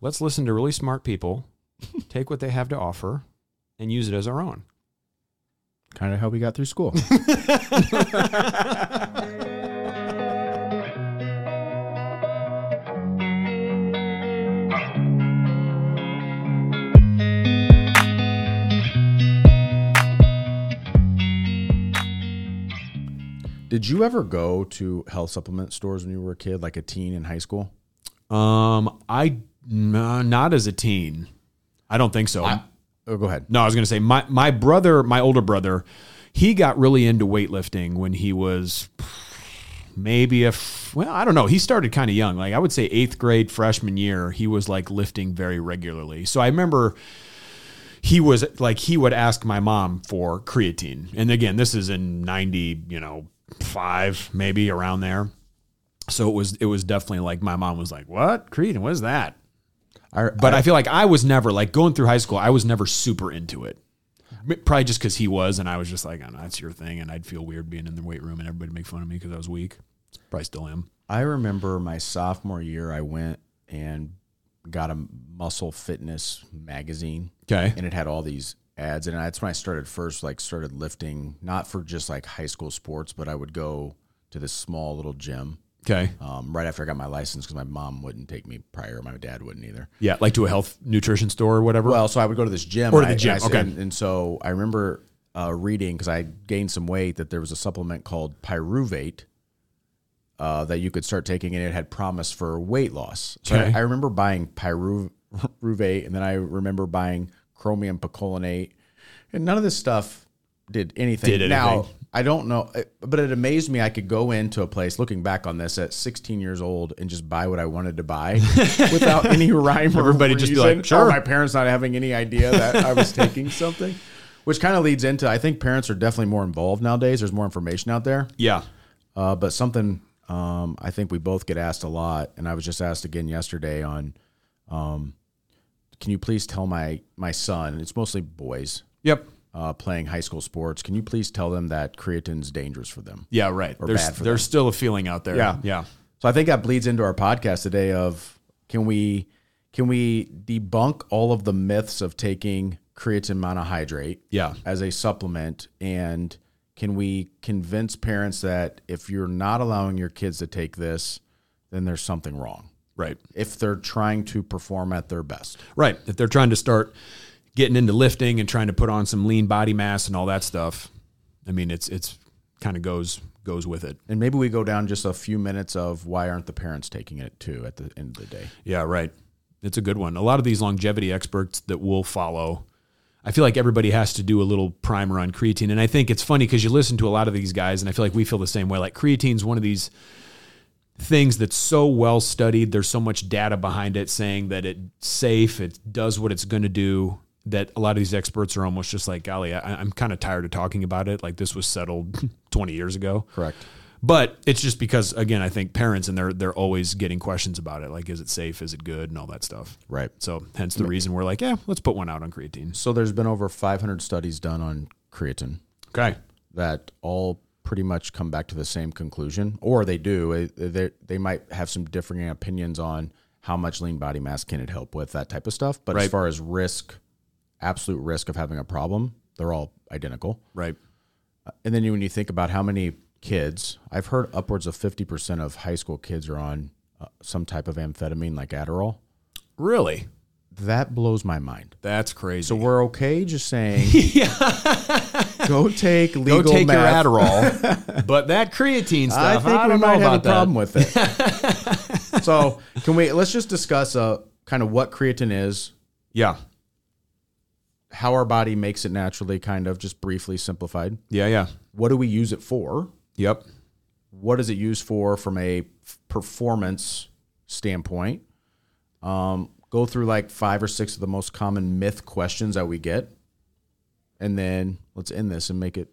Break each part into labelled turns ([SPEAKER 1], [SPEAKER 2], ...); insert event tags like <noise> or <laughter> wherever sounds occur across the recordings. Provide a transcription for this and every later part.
[SPEAKER 1] Let's listen to really smart people, <laughs> take what they have to offer, and use it as our own.
[SPEAKER 2] Kind of how we got through school. Did you ever go to health supplement stores when you were a kid, like a teen in high school?
[SPEAKER 1] Um, I no, not as a teen. I don't think so.
[SPEAKER 2] Oh, go ahead.
[SPEAKER 1] No, I was going to say my my brother, my older brother, he got really into weightlifting when he was maybe a f- well, I don't know. He started kind of young. Like I would say 8th grade freshman year, he was like lifting very regularly. So I remember he was like he would ask my mom for creatine. And again, this is in 90, you know, 5 maybe around there. So it was it was definitely like my mom was like, "What? Creatine? What is that?"
[SPEAKER 2] I,
[SPEAKER 1] But I feel like I was never like going through high school. I was never super into it. Probably just because he was, and I was just like, oh, no, "That's your thing," and I'd feel weird being in the weight room and everybody make fun of me because I was weak. Probably still am.
[SPEAKER 2] I remember my sophomore year, I went and got a muscle fitness magazine,
[SPEAKER 1] Okay.
[SPEAKER 2] and it had all these ads, and that's when I started first, like started lifting, not for just like high school sports, but I would go to this small little gym
[SPEAKER 1] Okay.
[SPEAKER 2] um, right after I got my license because my mom wouldn't take me prior, my dad wouldn't either.
[SPEAKER 1] Yeah, like to a health nutrition store or whatever.
[SPEAKER 2] Well, so I would go to this gym
[SPEAKER 1] Or to
[SPEAKER 2] and
[SPEAKER 1] the
[SPEAKER 2] I- and
[SPEAKER 1] gym,
[SPEAKER 2] I-
[SPEAKER 1] okay.
[SPEAKER 2] And, and so I remember uh, reading because I gained some weight that there was a supplement called pyruvate uh, that you could start taking, and it had promise for weight loss. So I-
[SPEAKER 1] Okay.
[SPEAKER 2] I, remember buying pyruvate, and then I remember buying chromium picolinate, and none of this stuff did anything.
[SPEAKER 1] Did anything.
[SPEAKER 2] Now I don't know, uh, but it amazed me. I could go into a place, looking back on this at 16 years old, and just buy what I wanted to buy <laughs> without any rhyme or
[SPEAKER 1] Everybody just be
[SPEAKER 2] reason,
[SPEAKER 1] like,
[SPEAKER 2] or
[SPEAKER 1] "Sure."
[SPEAKER 2] my parents not having any idea that I
[SPEAKER 1] <laughs>
[SPEAKER 2] was taking something, which kind of leads into I think parents are definitely more involved nowadays. There's more information out there,
[SPEAKER 1] yeah.
[SPEAKER 2] uh, but something um, I think we both get asked a lot, and I was just asked again yesterday on, um, can you please tell my my son? and It's mostly boys
[SPEAKER 1] Yep.
[SPEAKER 2] uh, playing high school sports. Can you please tell them that creatine's dangerous for them?
[SPEAKER 1] Yeah. Right. There's
[SPEAKER 2] bad for
[SPEAKER 1] there's still a feeling out there.
[SPEAKER 2] Yeah.
[SPEAKER 1] Yeah.
[SPEAKER 2] So I think that bleeds into our podcast today of can we can we debunk all of the myths of taking creatine monohydrate
[SPEAKER 1] Yeah.
[SPEAKER 2] as a supplement and can we convince parents that if you're not allowing your kids to take this then there's something wrong
[SPEAKER 1] Right.
[SPEAKER 2] if they're trying to perform at their best.
[SPEAKER 1] Right. If they're trying to start getting into lifting and trying to put on some lean body mass and all that stuff, I mean, it's it's kind of goes goes with it.
[SPEAKER 2] And maybe we go down just a few minutes of why aren't the parents taking it too at the end of the day.
[SPEAKER 1] Yeah, right. It's a good one. A lot of these longevity experts that we'll follow, I feel like everybody has to do a little primer on creatine. And I think it's funny because you listen to a lot of these guys, and I feel like we feel the same way. Like creatine's one of these things that's so well studied. There's so much data behind it saying that it's safe, it does what it's going to do. That a lot of these experts are almost just like, golly, I, I'm kind of tired of talking about it. Like this was settled <laughs> 20 years ago.
[SPEAKER 2] Correct.
[SPEAKER 1] But it's just because again, I think parents and they're they're always getting questions about it, like is it safe, is it good, and all that stuff.
[SPEAKER 2] Right.
[SPEAKER 1] So hence the reason we're like, yeah, let's put one out on creatine.
[SPEAKER 2] So there's been over 500 studies done on creatine.
[SPEAKER 1] Okay.
[SPEAKER 2] that all pretty much come back to the same conclusion, or they do. Eh, They they might have some differing opinions on how much lean body mass can it help with that type of stuff. But
[SPEAKER 1] Right.
[SPEAKER 2] as far as risk, absolute risk of having a problem, they're all identical.
[SPEAKER 1] Right.
[SPEAKER 2] And then you- when you think about how many kids, I've heard upwards of fifty percent of high school kids are on uh, some type of amphetamine like Adderall.
[SPEAKER 1] Really?
[SPEAKER 2] That blows my mind.
[SPEAKER 1] That's crazy.
[SPEAKER 2] So we're okay just
[SPEAKER 1] <laughs>
[SPEAKER 2] saying, go take legal
[SPEAKER 1] Go take
[SPEAKER 2] meth.
[SPEAKER 1] your Adderall, but that creatine stuff, I, don't know about that.
[SPEAKER 2] problem with
[SPEAKER 1] <laughs>
[SPEAKER 2] it. so can we? Let's just discuss uh, kind of what creatine is,
[SPEAKER 1] Yeah,
[SPEAKER 2] how our body makes it naturally, kind of just briefly simplified.
[SPEAKER 1] yeah, yeah.
[SPEAKER 2] What do we use it for?
[SPEAKER 1] Yep.
[SPEAKER 2] What is it used for from a f- performance standpoint? Um, go through like five or six of the most common myth questions that we get, and then let's end this and make it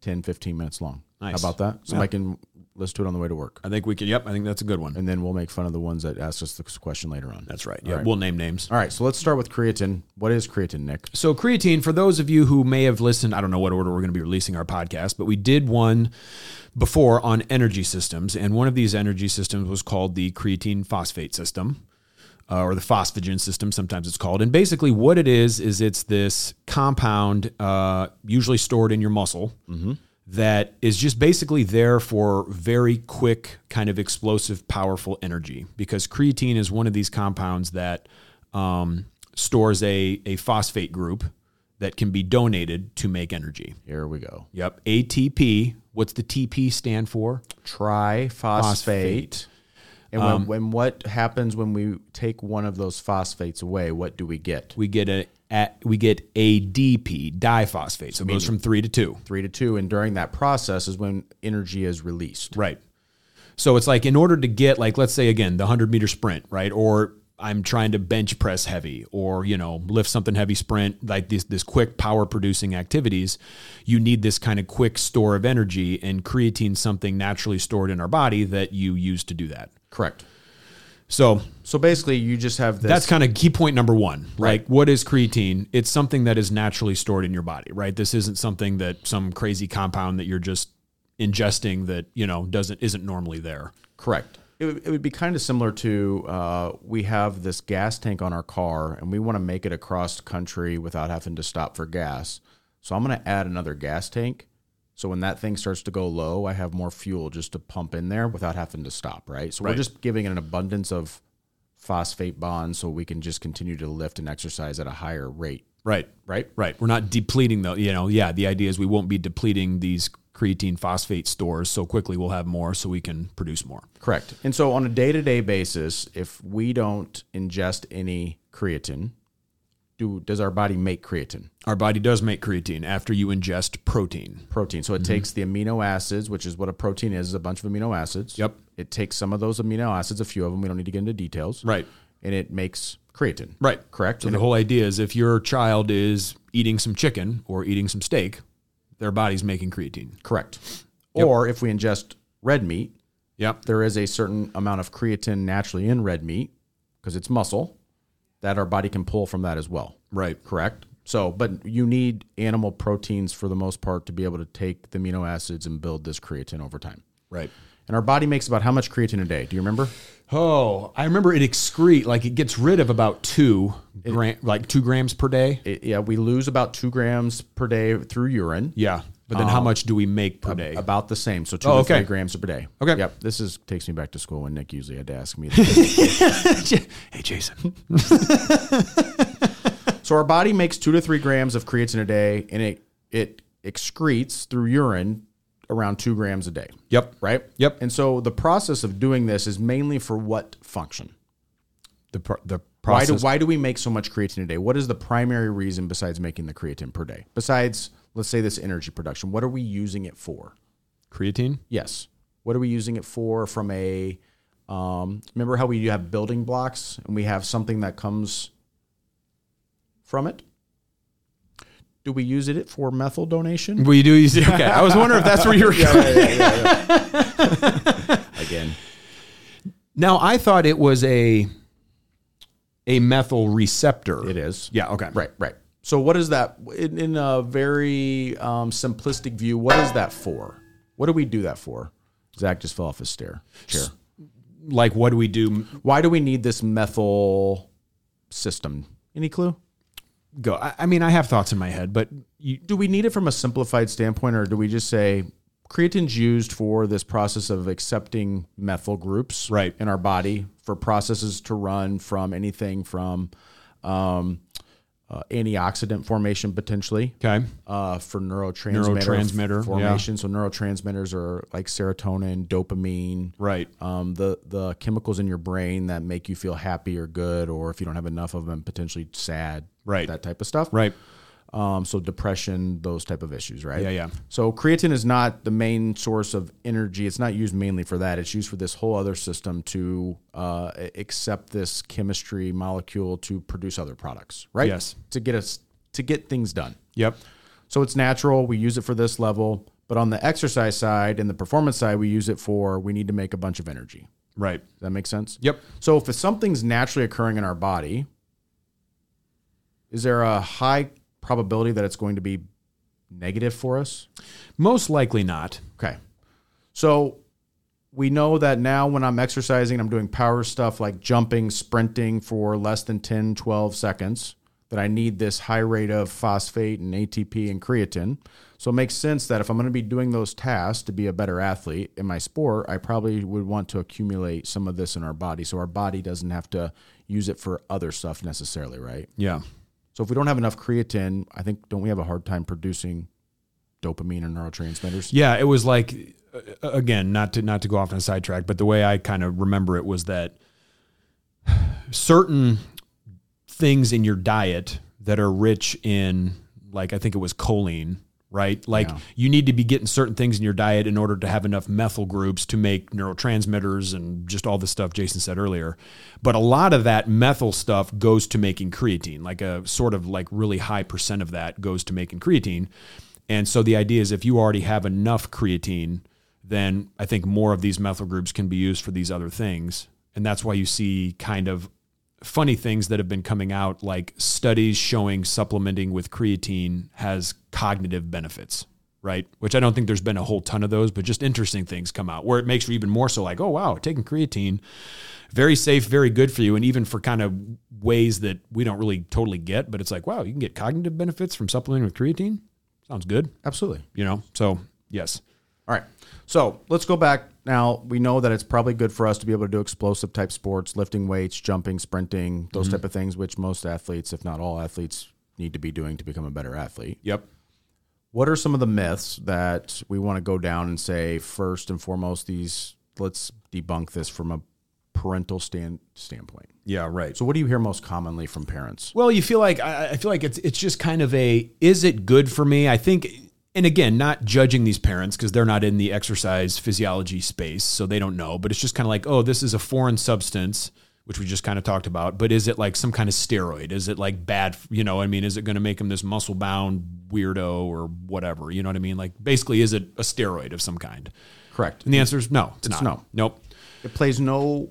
[SPEAKER 2] 10, 15 minutes long.
[SPEAKER 1] Nice.
[SPEAKER 2] How about that? So I can listen to it on the way to work.
[SPEAKER 1] I think we can. Yep. I think that's a good one.
[SPEAKER 2] and then we'll make fun of the ones that ask us this question later on.
[SPEAKER 1] That's right. Yeah. We'll name names.
[SPEAKER 2] All right, so let's start with creatine. What is creatine, Nick?
[SPEAKER 1] So creatine, for those of you who may have listened, I don't know what order we're going to be releasing our podcast, but we did one before on energy systems, and one of these energy systems was called the creatine phosphate system. uh, or the phosphagen system, sometimes it's called. And basically, what it is is it's this compound, uh, usually stored in your muscle, that is just basically there for very quick, kind of explosive, powerful energy. Because creatine is one of these compounds that um, stores a a phosphate group that can be donated to make energy.
[SPEAKER 2] Here we go.
[SPEAKER 1] Yep, ATP. What's the TP stand for?
[SPEAKER 2] Triphosphate. And when, when what happens when we take one of those phosphates away? What do we get?
[SPEAKER 1] we get a, a we get ADP diphosphate. So it goes from three to two.
[SPEAKER 2] Three to two, and during that process is when energy is released.
[SPEAKER 1] Right. So it's like in order to get like let's say again the hundred meter sprint, right? Or I'm trying to bench press heavy, or you know lift something heavy sprint, like this this quick power producing activities. You need this kind of quick store of energy, and creatine something naturally stored in our body that you use to do that.
[SPEAKER 2] Correct.
[SPEAKER 1] So
[SPEAKER 2] So basically, you just have this.
[SPEAKER 1] that's kind of key point number one. Like, what is creatine? It's something that is naturally stored in your body, right? This isn't something that some crazy compound that you're just ingesting that you know doesn't isn't normally there.
[SPEAKER 2] Correct. It would, it would be kind of similar to uh, we have this gas tank on our car and we want to make it across country without having to stop for gas. So I'm going to add another gas tank. So when that thing starts to go low, I have more fuel just to pump in there without having to stop, right? So we're just giving it an abundance of phosphate bonds so we can just continue to lift and exercise at a higher rate,
[SPEAKER 1] Right,
[SPEAKER 2] right?
[SPEAKER 1] right. We're not depleting the you know yeah. The idea is we won't be depleting these creatine phosphate stores so quickly. We'll have more so we can produce more.
[SPEAKER 2] Correct. And so on a day to day basis, if we don't ingest any creatine, do, does our body make creatine?
[SPEAKER 1] Our body does make creatine after you ingest protein.
[SPEAKER 2] protein. So it
[SPEAKER 1] Mm-hmm.
[SPEAKER 2] takes the amino acids, which is what a protein is, is a bunch of amino acids.
[SPEAKER 1] Yep.
[SPEAKER 2] It takes some of those amino acids, a few of them. We don't need to get into details.
[SPEAKER 1] Right.
[SPEAKER 2] And it makes creatine.
[SPEAKER 1] Right.
[SPEAKER 2] Correct.
[SPEAKER 1] So
[SPEAKER 2] And
[SPEAKER 1] the whole idea is if your child is eating some chicken or eating some steak, their body's making creatine.
[SPEAKER 2] it- correct. Or if we ingest red meat,
[SPEAKER 1] Yep.
[SPEAKER 2] there is a certain amount of creatine naturally in red meat because it's muscle that our body can pull from that as well.
[SPEAKER 1] Right.
[SPEAKER 2] Correct. So, but you need animal proteins for the most part to be able to take the amino acids and build this creatine over time.
[SPEAKER 1] Right.
[SPEAKER 2] And our body makes about how much creatine a day? Do you remember?
[SPEAKER 1] Oh, I remember it excrete like it gets rid of about two gram, like two grams per day.
[SPEAKER 2] it, yeah, we lose about two grams per day through urine.
[SPEAKER 1] Yeah, Uh-huh. but then how much do we make per day?
[SPEAKER 2] About the same, so two
[SPEAKER 1] Oh,
[SPEAKER 2] to
[SPEAKER 1] okay.
[SPEAKER 2] three grams per day.
[SPEAKER 1] Okay.
[SPEAKER 2] Yep. This is takes me back to school when Nick usually had to ask
[SPEAKER 1] <laughs>
[SPEAKER 2] me. that.
[SPEAKER 1] <laughs> hey, Jason.
[SPEAKER 2] so our body makes two to three grams of creatine a day, and it it excretes through urine around two grams a day.
[SPEAKER 1] Yep.
[SPEAKER 2] Right.
[SPEAKER 1] Yep.
[SPEAKER 2] And so the process of doing this is mainly for what function?
[SPEAKER 1] The pro- the
[SPEAKER 2] Why
[SPEAKER 1] process.
[SPEAKER 2] do why do we make so much creatine a day? What is the primary reason besides making the creatine per day? Besides, let's say this energy production, what are we using it for?
[SPEAKER 1] creatine?
[SPEAKER 2] Yes. What are we using it for from a um, remember how we have building blocks and we have something that comes from it? Do we use it for
[SPEAKER 1] <laughs>
[SPEAKER 2] methyl donation?
[SPEAKER 1] Well, you do. You see, okay, I was wondering if that's where you <laughs> were. going.
[SPEAKER 2] Again.
[SPEAKER 1] Now I thought it was a a methyl receptor.
[SPEAKER 2] It is.
[SPEAKER 1] Yeah. Okay.
[SPEAKER 2] Right, right. So what is that in, in a very um, simplistic view, what is that for? What do we do that for? Zach just fell off his stair chair.
[SPEAKER 1] Like, what do we do?
[SPEAKER 2] Why do we need this methyl system? Any clue?
[SPEAKER 1] Go. I, I mean, I have thoughts in my head, but you,
[SPEAKER 2] do we need it from a simplified standpoint, or do we just say creatine's used for this process of accepting methyl groups
[SPEAKER 1] Right.
[SPEAKER 2] in our body for processes to run from anything from um, uh, antioxidant formation potentially
[SPEAKER 1] okay.
[SPEAKER 2] uh, for neurotransmitter,
[SPEAKER 1] Neurotransmitter, yeah.
[SPEAKER 2] formation. So neurotransmitters are like serotonin, dopamine,
[SPEAKER 1] Right.
[SPEAKER 2] um, the the chemicals in your brain that make you feel happy or good, or if you don't have enough of them, potentially sad,
[SPEAKER 1] Right.
[SPEAKER 2] That type of stuff,
[SPEAKER 1] Right.
[SPEAKER 2] um, so depression, those type of issues, right?
[SPEAKER 1] Yeah, yeah.
[SPEAKER 2] So creatine is not the main source of energy. It's not used mainly for that. It's used for this whole other system to uh, a- accept this chemistry molecule to produce other products, right?
[SPEAKER 1] Yes.
[SPEAKER 2] To get us to get things done.
[SPEAKER 1] Yep.
[SPEAKER 2] So it's natural. We use it for this level, but on the exercise side and the performance side, we use it for we need to make a bunch of energy.
[SPEAKER 1] Right.
[SPEAKER 2] Does that make sense?
[SPEAKER 1] Yep.
[SPEAKER 2] So if something's naturally occurring in our body, is there a high probability that it's going to be negative for us?
[SPEAKER 1] Most likely not.
[SPEAKER 2] Okay. So we know that now when I'm exercising, I'm doing power stuff like jumping, sprinting for less than 10, 12 seconds, that I need this high rate of phosphate and ATP and creatine. So it makes sense that if I'm going to be doing those tasks to be a better athlete in my sport, I probably would want to accumulate some of this in our body so our body doesn't have to use it for other stuff necessarily, right?
[SPEAKER 1] Yeah.
[SPEAKER 2] So if we don't have enough creatine, I think don't we have a hard time producing dopamine or neurotransmitters?
[SPEAKER 1] Yeah, it was like uh, again, not to not to go off on a sidetrack, but the way I kind of remember it was that <sighs> certain things in your diet that are rich in like I think it was choline, right? Like
[SPEAKER 2] Yeah.
[SPEAKER 1] you need to be getting certain things in your diet in order to have enough methyl groups to make neurotransmitters and just all the stuff Jason said earlier. But a lot of that methyl stuff goes to making creatine, like a sort of like really high percent of that goes to making creatine. And so the idea is if you already have enough creatine, then I think more of these methyl groups can be used for these other things. And that's why you see kind of funny things that have been coming out, like studies showing supplementing with creatine has cognitive benefits, right? Which I don't think there's been a whole ton of those, but just interesting things come out where it makes you even more so like, oh, wow, taking creatine, very safe, very good for you. And even for kind of ways that we don't really totally get, but it's like, wow, you can get cognitive benefits from supplementing with creatine. Sounds good,
[SPEAKER 2] Absolutely.
[SPEAKER 1] you know? So, yes.
[SPEAKER 2] All right. So let's go back now. We know that it's probably good for us to be able to do explosive type sports, lifting weights, jumping, sprinting, those type of things, which most athletes, if not all athletes, need to be doing to become a better athlete.
[SPEAKER 1] Yep.
[SPEAKER 2] What are some of the myths that we want to go down and say first and foremost? These let's debunk this from a parental stand standpoint.
[SPEAKER 1] Yeah, right.
[SPEAKER 2] So, what do you hear most commonly from parents?
[SPEAKER 1] Well, you feel like I I feel like it's it's just kind of a is it good for me? I think and again, not judging these parents because they're not in the exercise physiology space, so they don't know, but it's just kind of like, oh, this is a foreign substance, which we just kind of talked about, but is it like some kind of steroid? Is it like bad, f- you know, I mean, is it going to make him this muscle-bound weirdo or whatever? You know what I mean? Like basically is it a steroid of some kind?
[SPEAKER 2] Correct.
[SPEAKER 1] And the answer is no. It's,
[SPEAKER 2] It's
[SPEAKER 1] not.
[SPEAKER 2] no.
[SPEAKER 1] Nope.
[SPEAKER 2] It plays no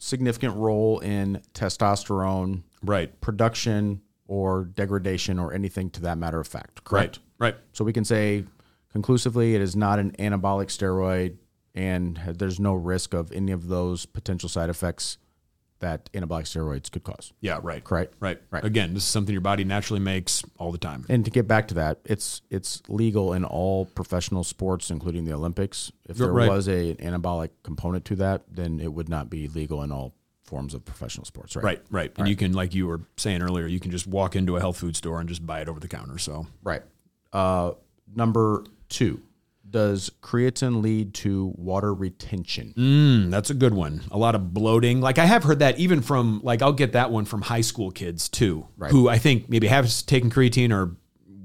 [SPEAKER 2] significant role in testosterone
[SPEAKER 1] Right.
[SPEAKER 2] production or degradation or anything to that matter of fact. Correct.
[SPEAKER 1] Right. Right.
[SPEAKER 2] So we can say conclusively it is not an anabolic steroid and there's no risk of any of those potential side effects that anabolic steroids could cause.
[SPEAKER 1] Yeah, right.
[SPEAKER 2] Correct.
[SPEAKER 1] Right.
[SPEAKER 2] Right.
[SPEAKER 1] Again, this is something your body naturally makes all the time.
[SPEAKER 2] And to get back to that, it's it's legal in all professional sports, including the Olympics. If
[SPEAKER 1] You're
[SPEAKER 2] there
[SPEAKER 1] right.
[SPEAKER 2] was a, an anabolic component to that, then it would not be legal in all forms of professional sports, right?
[SPEAKER 1] Right, right. And you can, like you were saying earlier, you can just walk into a health food store and just buy it over the counter. So,
[SPEAKER 2] Right. Uh, number two, does creatine lead to water retention? Hmm,
[SPEAKER 1] mm, that's a good one. A lot of bloating. Like I have heard that even from, like I'll get that one from high school kids too,
[SPEAKER 2] Right.
[SPEAKER 1] who I think maybe have s- taken creatine or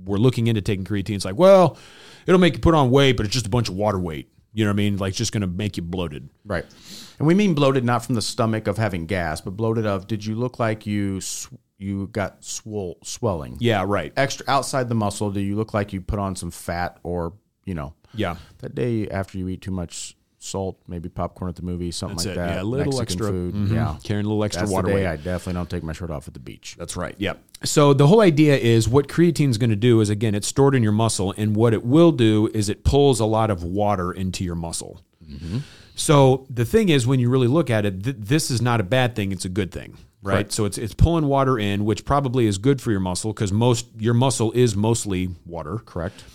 [SPEAKER 1] were looking into taking creatine. It's like, well, it'll make you put on weight, but it's just a bunch of water weight. You know what I mean? Like it's just going to make you bloated.
[SPEAKER 2] Right. And we mean bloated not from the stomach of having gas, but bloated of did you look like you sw- you got swole, swelling?
[SPEAKER 1] Yeah, right.
[SPEAKER 2] Extra outside the muscle, do you look like you put on some fat or, you know,
[SPEAKER 1] Yeah.
[SPEAKER 2] that day after you eat too much salt, maybe popcorn at the movie, something
[SPEAKER 1] That's
[SPEAKER 2] like
[SPEAKER 1] it.
[SPEAKER 2] that.
[SPEAKER 1] Yeah, a little
[SPEAKER 2] Mexican
[SPEAKER 1] extra.
[SPEAKER 2] food.
[SPEAKER 1] Mhm.
[SPEAKER 2] Yeah.
[SPEAKER 1] Carrying a little extra
[SPEAKER 2] That's the
[SPEAKER 1] water weight.
[SPEAKER 2] day I definitely don't take my shirt off at the beach.
[SPEAKER 1] That's right. Yep. So the whole idea is what creatine is going to do is again, it's stored in your muscle, and what it will do is it pulls a lot of water into your muscle. Mm-hmm. So the thing is, when you really look at it, th- this is not a bad thing; it's a good thing, right? So it's it's pulling water in, which probably is good for your muscle because most your muscle is mostly water,
[SPEAKER 2] Correct?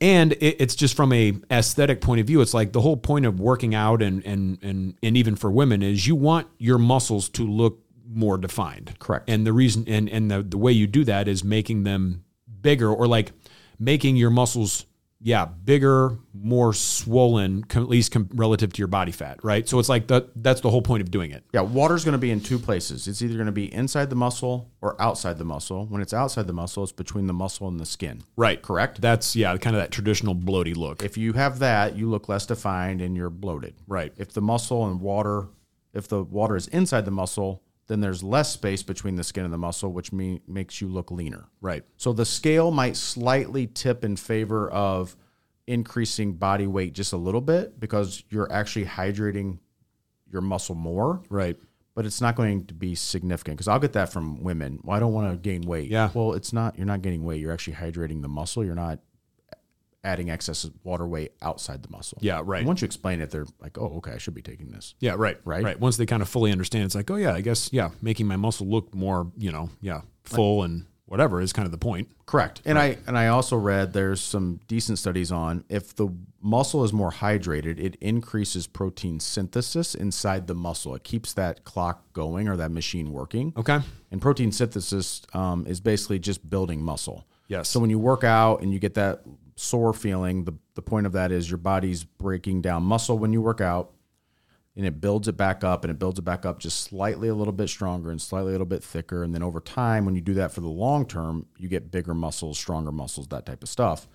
[SPEAKER 1] and it, it's just from a aesthetic point of view it's like the whole point of working out and and and and even for women is you want your muscles to look more defined
[SPEAKER 2] Correct.
[SPEAKER 1] and the reason and and the, the way you do that is making them bigger or like making your muscles yeah bigger more swollen com, at least com, relative to your body fat right so it's like that that's the whole point of doing it
[SPEAKER 2] Yeah, water's going to be in two places. It's either going to be inside the muscle or outside the muscle. When it's outside the muscle, it's between the muscle and the skin.
[SPEAKER 1] right
[SPEAKER 2] Correct?
[SPEAKER 1] that's yeah kind of that traditional bloaty look
[SPEAKER 2] If you have that, you look less defined and you're bloated.
[SPEAKER 1] right
[SPEAKER 2] If the muscle and water, if the water is inside the muscle, then there's less space between the skin and the muscle, which mean, makes you look leaner.
[SPEAKER 1] right
[SPEAKER 2] So the scale might slightly tip in favor of increasing body weight just a little bit because you're actually hydrating your muscle more
[SPEAKER 1] right
[SPEAKER 2] but it's not going to be significant because I'll get that from women. Well, I don't want to gain weight.
[SPEAKER 1] Yeah.
[SPEAKER 2] Well, it's not. You're not gaining weight. You're actually hydrating the muscle. You're not adding excess water weight outside the muscle.
[SPEAKER 1] Yeah, right.
[SPEAKER 2] And once you explain it, they're like, oh, okay, I should be taking this.
[SPEAKER 1] Yeah, right,
[SPEAKER 2] Right?
[SPEAKER 1] right. Once they kind of fully understand, it's like, oh yeah, I guess yeah, making my muscle look more, you know, yeah, full and whatever is kind of the point.
[SPEAKER 2] Correct. And I and I also read there's some decent studies on if the muscle is more hydrated, it increases protein synthesis inside the muscle. It keeps that clock going or that machine working.
[SPEAKER 1] Okay.
[SPEAKER 2] And protein synthesis um, is basically just building muscle.
[SPEAKER 1] Yes.
[SPEAKER 2] So when you work out and you get that sore feeling, the, the point of that is your body's breaking down muscle when you work out and it builds it back up and it builds it back up just slightly a little bit stronger and slightly a little bit thicker. And then over time, when you do that for the long term, you get bigger muscles, stronger muscles, that type of stuff.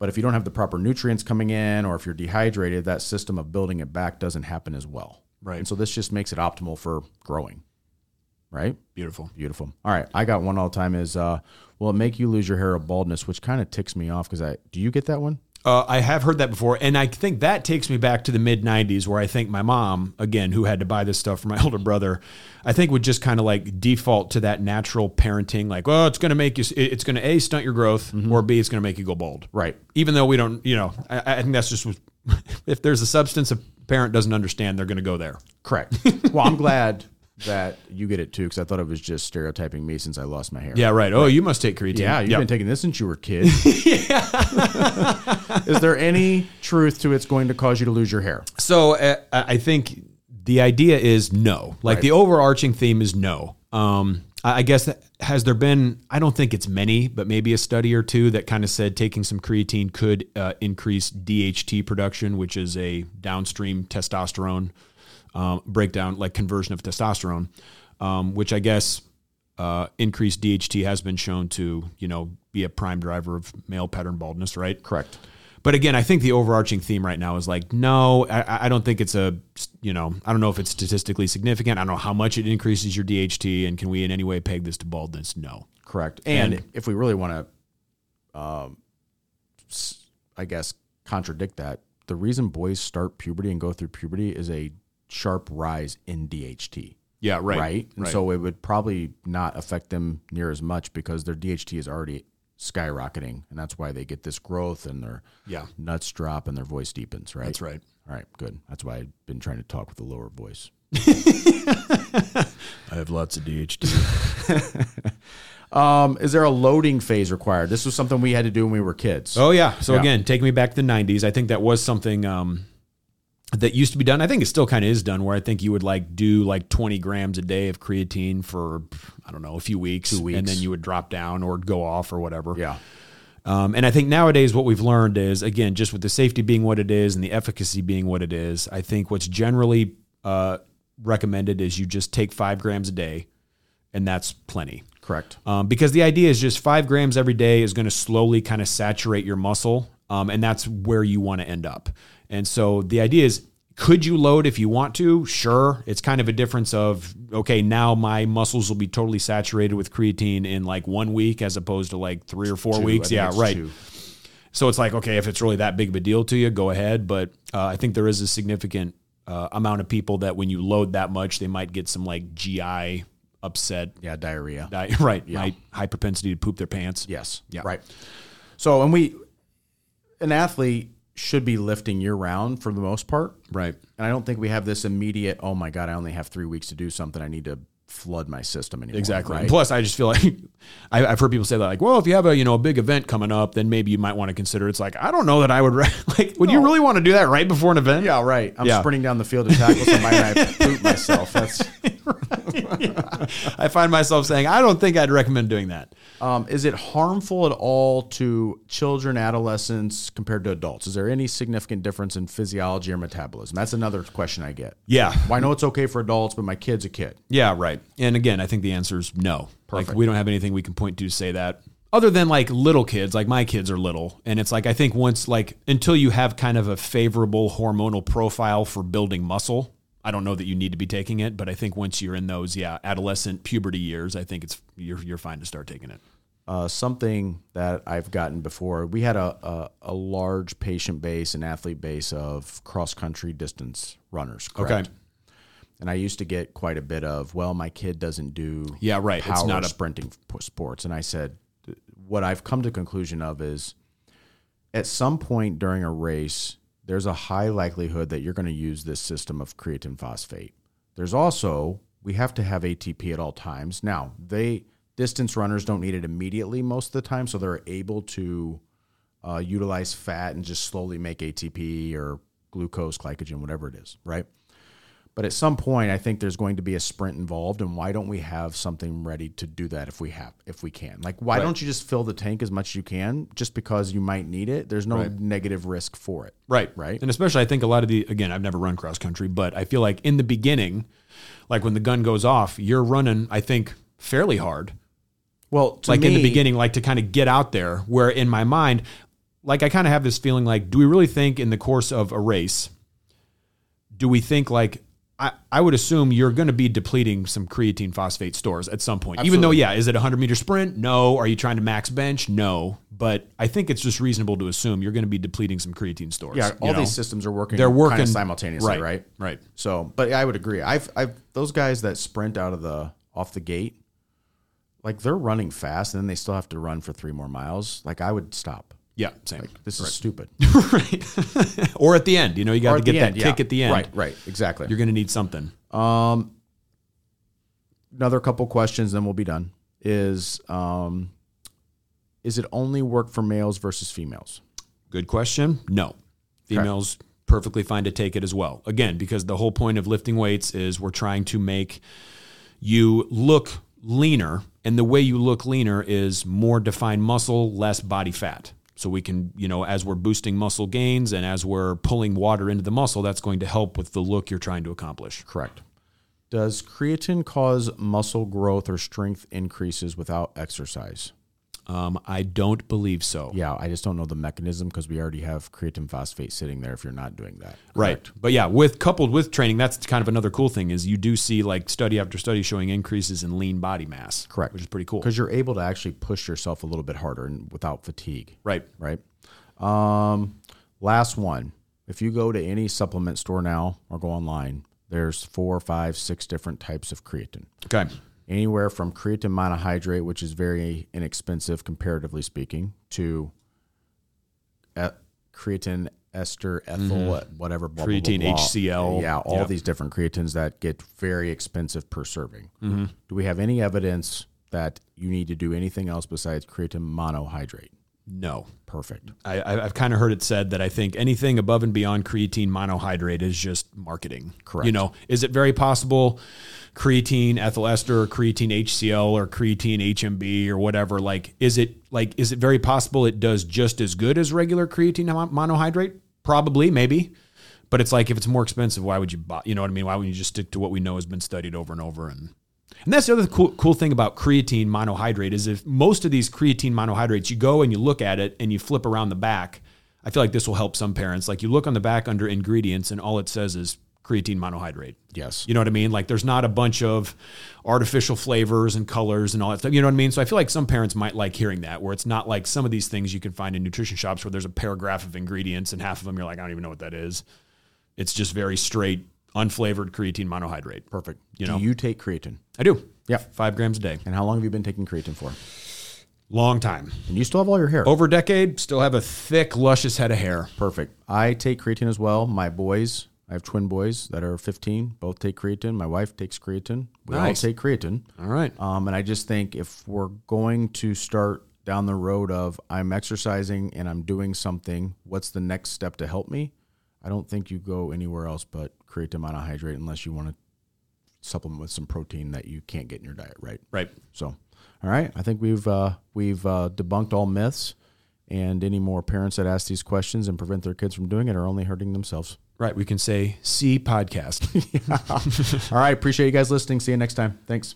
[SPEAKER 2] But if you don't have the proper nutrients coming in or if you're dehydrated, that system of building it back doesn't happen as well.
[SPEAKER 1] Right.
[SPEAKER 2] And so this just makes it optimal for growing, right?
[SPEAKER 1] Beautiful.
[SPEAKER 2] Beautiful. All right, I got one all the time. Is uh, will it make you lose your hair of baldness? Which kind of ticks me off because I do you get that one?
[SPEAKER 1] Uh, I have heard that before, and I think that takes me back to the mid '90s, where I think my mom, again, who had to buy this stuff for my <laughs> older brother, I think would just kind of like default to that natural parenting, like, oh, it's going to make you, it- it's going to a stunt your growth, or b, it's going to make you go bald,
[SPEAKER 2] Right.
[SPEAKER 1] Even though we don't, you know, I, I think that's just what- <laughs> if there's a substance a parent doesn't understand, they're going to go there.
[SPEAKER 2] <laughs> Correct. well, I'm glad that you get it too because I thought it was just stereotyping me since I lost my hair.
[SPEAKER 1] Yeah, right. Oh, you must take creatine.
[SPEAKER 2] Yeah, you've
[SPEAKER 1] Yep.
[SPEAKER 2] been taking this since you were a <laughs> kid. <laughs> Is there any truth to it's going to cause you to lose your hair?
[SPEAKER 1] So uh, I think the idea is no. Like the overarching theme is no. Um, I I guess that, has there been? I don't think it's many, but maybe a study or two that kind of said taking some creatine could uh, increase DHT production, which is a downstream testosterone um, breakdown, like conversion of testosterone, um, which I guess uh, increased DHT has been shown to you know be a prime driver of male pattern baldness, right?
[SPEAKER 2] Correct.
[SPEAKER 1] But again, I think the overarching theme right now is like, no, I, I don't think it's a, you know, I don't know if it's statistically significant. I don't know how much it increases your DHT, and can we in any way peg this to baldness? No.
[SPEAKER 2] Correct. And,
[SPEAKER 1] And-
[SPEAKER 2] if we really want to, um, s- I guess, contradict that, the reason boys start puberty and go through puberty is a sharp rise in DHT.
[SPEAKER 1] Yeah. Right.
[SPEAKER 2] Right. And so it would probably not affect them near as much because their DHT is already skyrocketing. And that's why they get this growth and their
[SPEAKER 1] Yeah.
[SPEAKER 2] nuts drop and their voice deepens. Right.
[SPEAKER 1] That's right.
[SPEAKER 2] All right. Good. That's why I've been trying to talk with a lower voice.
[SPEAKER 1] I have lots of DHT.
[SPEAKER 2] Um, is there a loading phase required? This was something we had to do when we were
[SPEAKER 1] <laughs>
[SPEAKER 2] kids.
[SPEAKER 1] oh yeah. So again, taking me back to the '90s, I think that was something. Um, that used to be done. I think it still kind of is done where I think you would like do like 20 grams a day of creatine for, I don't know, a few weeks,
[SPEAKER 2] weeks.
[SPEAKER 1] and then you would drop down or go off or whatever.
[SPEAKER 2] Yeah.
[SPEAKER 1] Um, and I think nowadays what we've learned is again just with the safety being what it is and the efficacy being what it is, I think what's generally uh, recommended is you just take five grams a day, and that's plenty.
[SPEAKER 2] Correct.
[SPEAKER 1] Um, because the idea is just five grams every day is going to slowly kind of saturate your muscle, um, and that's where you want to end up. And so the idea is, could you load if you want to? Sure. It's kind of a difference of okay, now my muscles will be totally saturated with creatine in like one week as opposed to like three or four
[SPEAKER 2] Two, I
[SPEAKER 1] weeks.
[SPEAKER 2] think
[SPEAKER 1] Yeah,
[SPEAKER 2] it's
[SPEAKER 1] right.
[SPEAKER 2] two.
[SPEAKER 1] So it's like, okay, if it's really that big of a deal to you, go ahead. But uh, I think there is a significant uh, amount of people that when you load that much, they might get some like GI upset.
[SPEAKER 2] Yeah. Diarrhea.
[SPEAKER 1] Di- <laughs> right. Might high propensity to poop their pants.
[SPEAKER 2] Yes.
[SPEAKER 1] Yeah.
[SPEAKER 2] Right. So, and we, an athlete should be lifting year round for the most part.
[SPEAKER 1] Right.
[SPEAKER 2] And I don't think we have this immediate, oh my God, I only have three weeks to do something. I need to flood my system anymore.
[SPEAKER 1] Exactly.
[SPEAKER 2] <laughs> Right?
[SPEAKER 1] And Plus, I just feel <laughs> like I, I've heard people say that, like, well, if you have a you know a big event coming up, then maybe you might want to consider. it. It's like I don't know that I would. Re- <laughs> like, would you really want to do that right before an event?
[SPEAKER 2] Yeah, right. I'm
[SPEAKER 1] Yeah.
[SPEAKER 2] sprinting down the field to tackle somebody and I <laughs> poop myself. That's,
[SPEAKER 1] I find myself saying I don't think I'd recommend doing that.
[SPEAKER 2] um, is it harmful at all to children, adolescents compared to adults? Is there any significant difference in physiology or metabolism? That's another question I get.
[SPEAKER 1] Yeah.
[SPEAKER 2] Well, I know it's okay for adults, but my kid's a kid.
[SPEAKER 1] Yeah, right. And again, I think the answer is no. Like we don't have anything we can point to say that other than like little kids, like my kids are little. And it's like I think once like until you have kind of a favorable hormonal profile for building muscle, I don't know that you need to be taking it, but I think once you're in those, yeah, adolescent puberty years, I think it's you're you're fine to start taking it.
[SPEAKER 2] uh, something that I've gotten before. We had a, a, a large patient base and athlete base of cross country distance runners. Correct? And I used to get quite a bit of, well, my kid doesn't do
[SPEAKER 1] Yeah, right. It's
[SPEAKER 2] power
[SPEAKER 1] not a-
[SPEAKER 2] sprinting p- sports. And I said, what I've come to conclusion of is at some point during a race, there's a high likelihood that you're going to use this system of creatine phosphate. There's also we have to have ATP at all times. Now, they distance runners don't need it immediately most of the time, so they're able to uh, utilize fat and just slowly make ATP or glucose, glycogen, whatever it is, right? But at some point, I think there's going to be a sprint involved, and why don't we have something ready to do that if we have, if we can? Like, why don't you just fill the tank as much as you can, just because you might need it? There's no negative risk for it.
[SPEAKER 1] Right.
[SPEAKER 2] Right.
[SPEAKER 1] And especially, I think a lot of the, again, I've never run cross country, but I feel like in the beginning, like when the gun goes off, you're running, I think, fairly hard.
[SPEAKER 2] Well, to
[SPEAKER 1] like in the
[SPEAKER 2] me-
[SPEAKER 1] beginning, like to kind of get out there, where in my mind, like I kind of have this feeling like, do we really think in the course of a race, do we think like, I, I would assume you're going to be depleting some creatine phosphate stores at some point. Even though, yeah, is it a 100 meter sprint? No. Are you trying to max bench? No. But I think it's just reasonable to assume you're going to be depleting some creatine stores.
[SPEAKER 2] yeah, all
[SPEAKER 1] you know?
[SPEAKER 2] these systems are working.
[SPEAKER 1] they're
[SPEAKER 2] kinda
[SPEAKER 1] working
[SPEAKER 2] simultaneously, right?
[SPEAKER 1] Right. right.
[SPEAKER 2] So, but I would agree. I've, I've those guys that sprint out of the off the gate, like they're running fast, and then they still have to run for three more miles. Like I would stop.
[SPEAKER 1] Yeah, same.
[SPEAKER 2] This is stupid.
[SPEAKER 1] <laughs> right. <laughs> or at the end, you know, you got
[SPEAKER 2] Or
[SPEAKER 1] to
[SPEAKER 2] at
[SPEAKER 1] get
[SPEAKER 2] the
[SPEAKER 1] that
[SPEAKER 2] end, yeah.
[SPEAKER 1] kick at the end.
[SPEAKER 2] Right, right, exactly.
[SPEAKER 1] You're going to need something.
[SPEAKER 2] Another couple questions, then we'll be done. Is um, is it only work for males versus females?
[SPEAKER 1] Good question. No. Females perfectly fine to take it as well. Again, because the whole point of lifting weights is we're trying to make you look leaner. And the way you look leaner is more defined muscle, less body fat. So we can, you know, as we're boosting muscle gains and as we're pulling water into the muscle, that's going to help with the look you're trying to accomplish.
[SPEAKER 2] Correct. Does creatine cause muscle growth or strength increases without exercise?
[SPEAKER 1] Um, I don't believe so.
[SPEAKER 2] Yeah, I just don't know the mechanism because we already have creatine phosphate sitting there. If you're not doing that,
[SPEAKER 1] Right. But yeah, with coupled with training, that's kind of another cool thing is you do see like study after study showing increases in lean body mass.
[SPEAKER 2] Correct.
[SPEAKER 1] Which is pretty cool.
[SPEAKER 2] because you're able to actually push yourself a little bit harder and without fatigue.
[SPEAKER 1] Right.
[SPEAKER 2] right? Um, last one. If you go to any supplement store now or go online, there's four, five, six different types of creatine.
[SPEAKER 1] Okay.
[SPEAKER 2] Anywhere from creatine monohydrate, which is very inexpensive comparatively speaking, to e- creatine ester ethyl, whatever, blah, blah, blah,
[SPEAKER 1] Mm-hmm. Creatine,
[SPEAKER 2] blah.
[SPEAKER 1] HCl.
[SPEAKER 2] Yeah, all
[SPEAKER 1] Yep.
[SPEAKER 2] these different creatines that get very expensive per serving.
[SPEAKER 1] Mm-hmm.
[SPEAKER 2] Do we have any evidence that you need to do anything else besides creatine monohydrate?
[SPEAKER 1] No.
[SPEAKER 2] Perfect.
[SPEAKER 1] I, I- I've kind of heard it said that I think anything above and beyond creatine monohydrate is just marketing.
[SPEAKER 2] Correct.
[SPEAKER 1] You know, is it very possible creatine ethyl ester or creatine HCl or creatine HMB or whatever? Like, is it like is it very possible it does just as good as regular creatine mon- monohydrate? Probably, maybe. But it's like if it's more expensive, why would you buy? You know what I mean? Why wouldn't you just stick to what we know has been studied over and over? And and that's the other cool, cool thing about creatine monohydrate is if most of these creatine monohydrates, you go and you look at it and you flip around the back. I feel like this will help some parents. Like you look on the back under ingredients and all it says is creatine monohydrate.
[SPEAKER 2] Yes.
[SPEAKER 1] You know what I mean? Like there's not a bunch of artificial flavors and colors and all that stuff. You know what I mean? So I feel like some parents might like hearing that, where it's not like some of these things you can find in nutrition shops where there's a paragraph of ingredients and half of them you're like, I don't even know what that is. It's just very straight, unflavored creatine monohydrate.
[SPEAKER 2] Perfect.
[SPEAKER 1] You
[SPEAKER 2] Do
[SPEAKER 1] know?
[SPEAKER 2] you take creatine?
[SPEAKER 1] I do.
[SPEAKER 2] Yeah.
[SPEAKER 1] Five grams a day.
[SPEAKER 2] And how long have you been taking creatine for?
[SPEAKER 1] Long time.
[SPEAKER 2] And you still have all your hair.
[SPEAKER 1] Over a decade, still have a thick, luscious head of hair.
[SPEAKER 2] Perfect. I take creatine as well. My boys, I have twin boys that are 15, both take creatine. My wife takes creatine. We
[SPEAKER 1] Nice.
[SPEAKER 2] all take creatine.
[SPEAKER 1] All right.
[SPEAKER 2] Um, and I just think if we're going to start down the road of I'm exercising and I'm doing something, what's the next step to help me? I don't think you go anywhere else but creatine monohydrate unless you want to supplement with some protein that you can't get in your diet, right?
[SPEAKER 1] Right.
[SPEAKER 2] So, all right, I think we've uh, we've uh, debunked all myths, and any more parents that ask these questions and prevent their kids from doing it are only hurting themselves. <laughs>
[SPEAKER 1] Right. We can say C podcast.
[SPEAKER 2] all right, appreciate you guys listening. See you next time. Thanks.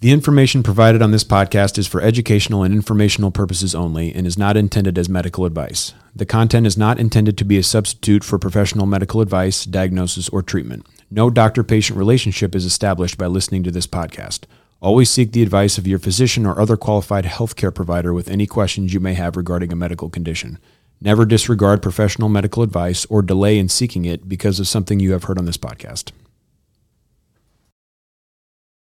[SPEAKER 1] the information provided on this podcast is for educational and informational purposes only and is not intended as medical advice. The content is not intended to be a substitute for professional medical advice, diagnosis, or treatment. No doctor patient relationship is established by listening to this podcast. Always seek the advice of your physician or other qualified healthcare provider with any questions you may have regarding a medical condition. Never disregard professional medical advice or delay in seeking it because of something you have heard on this podcast.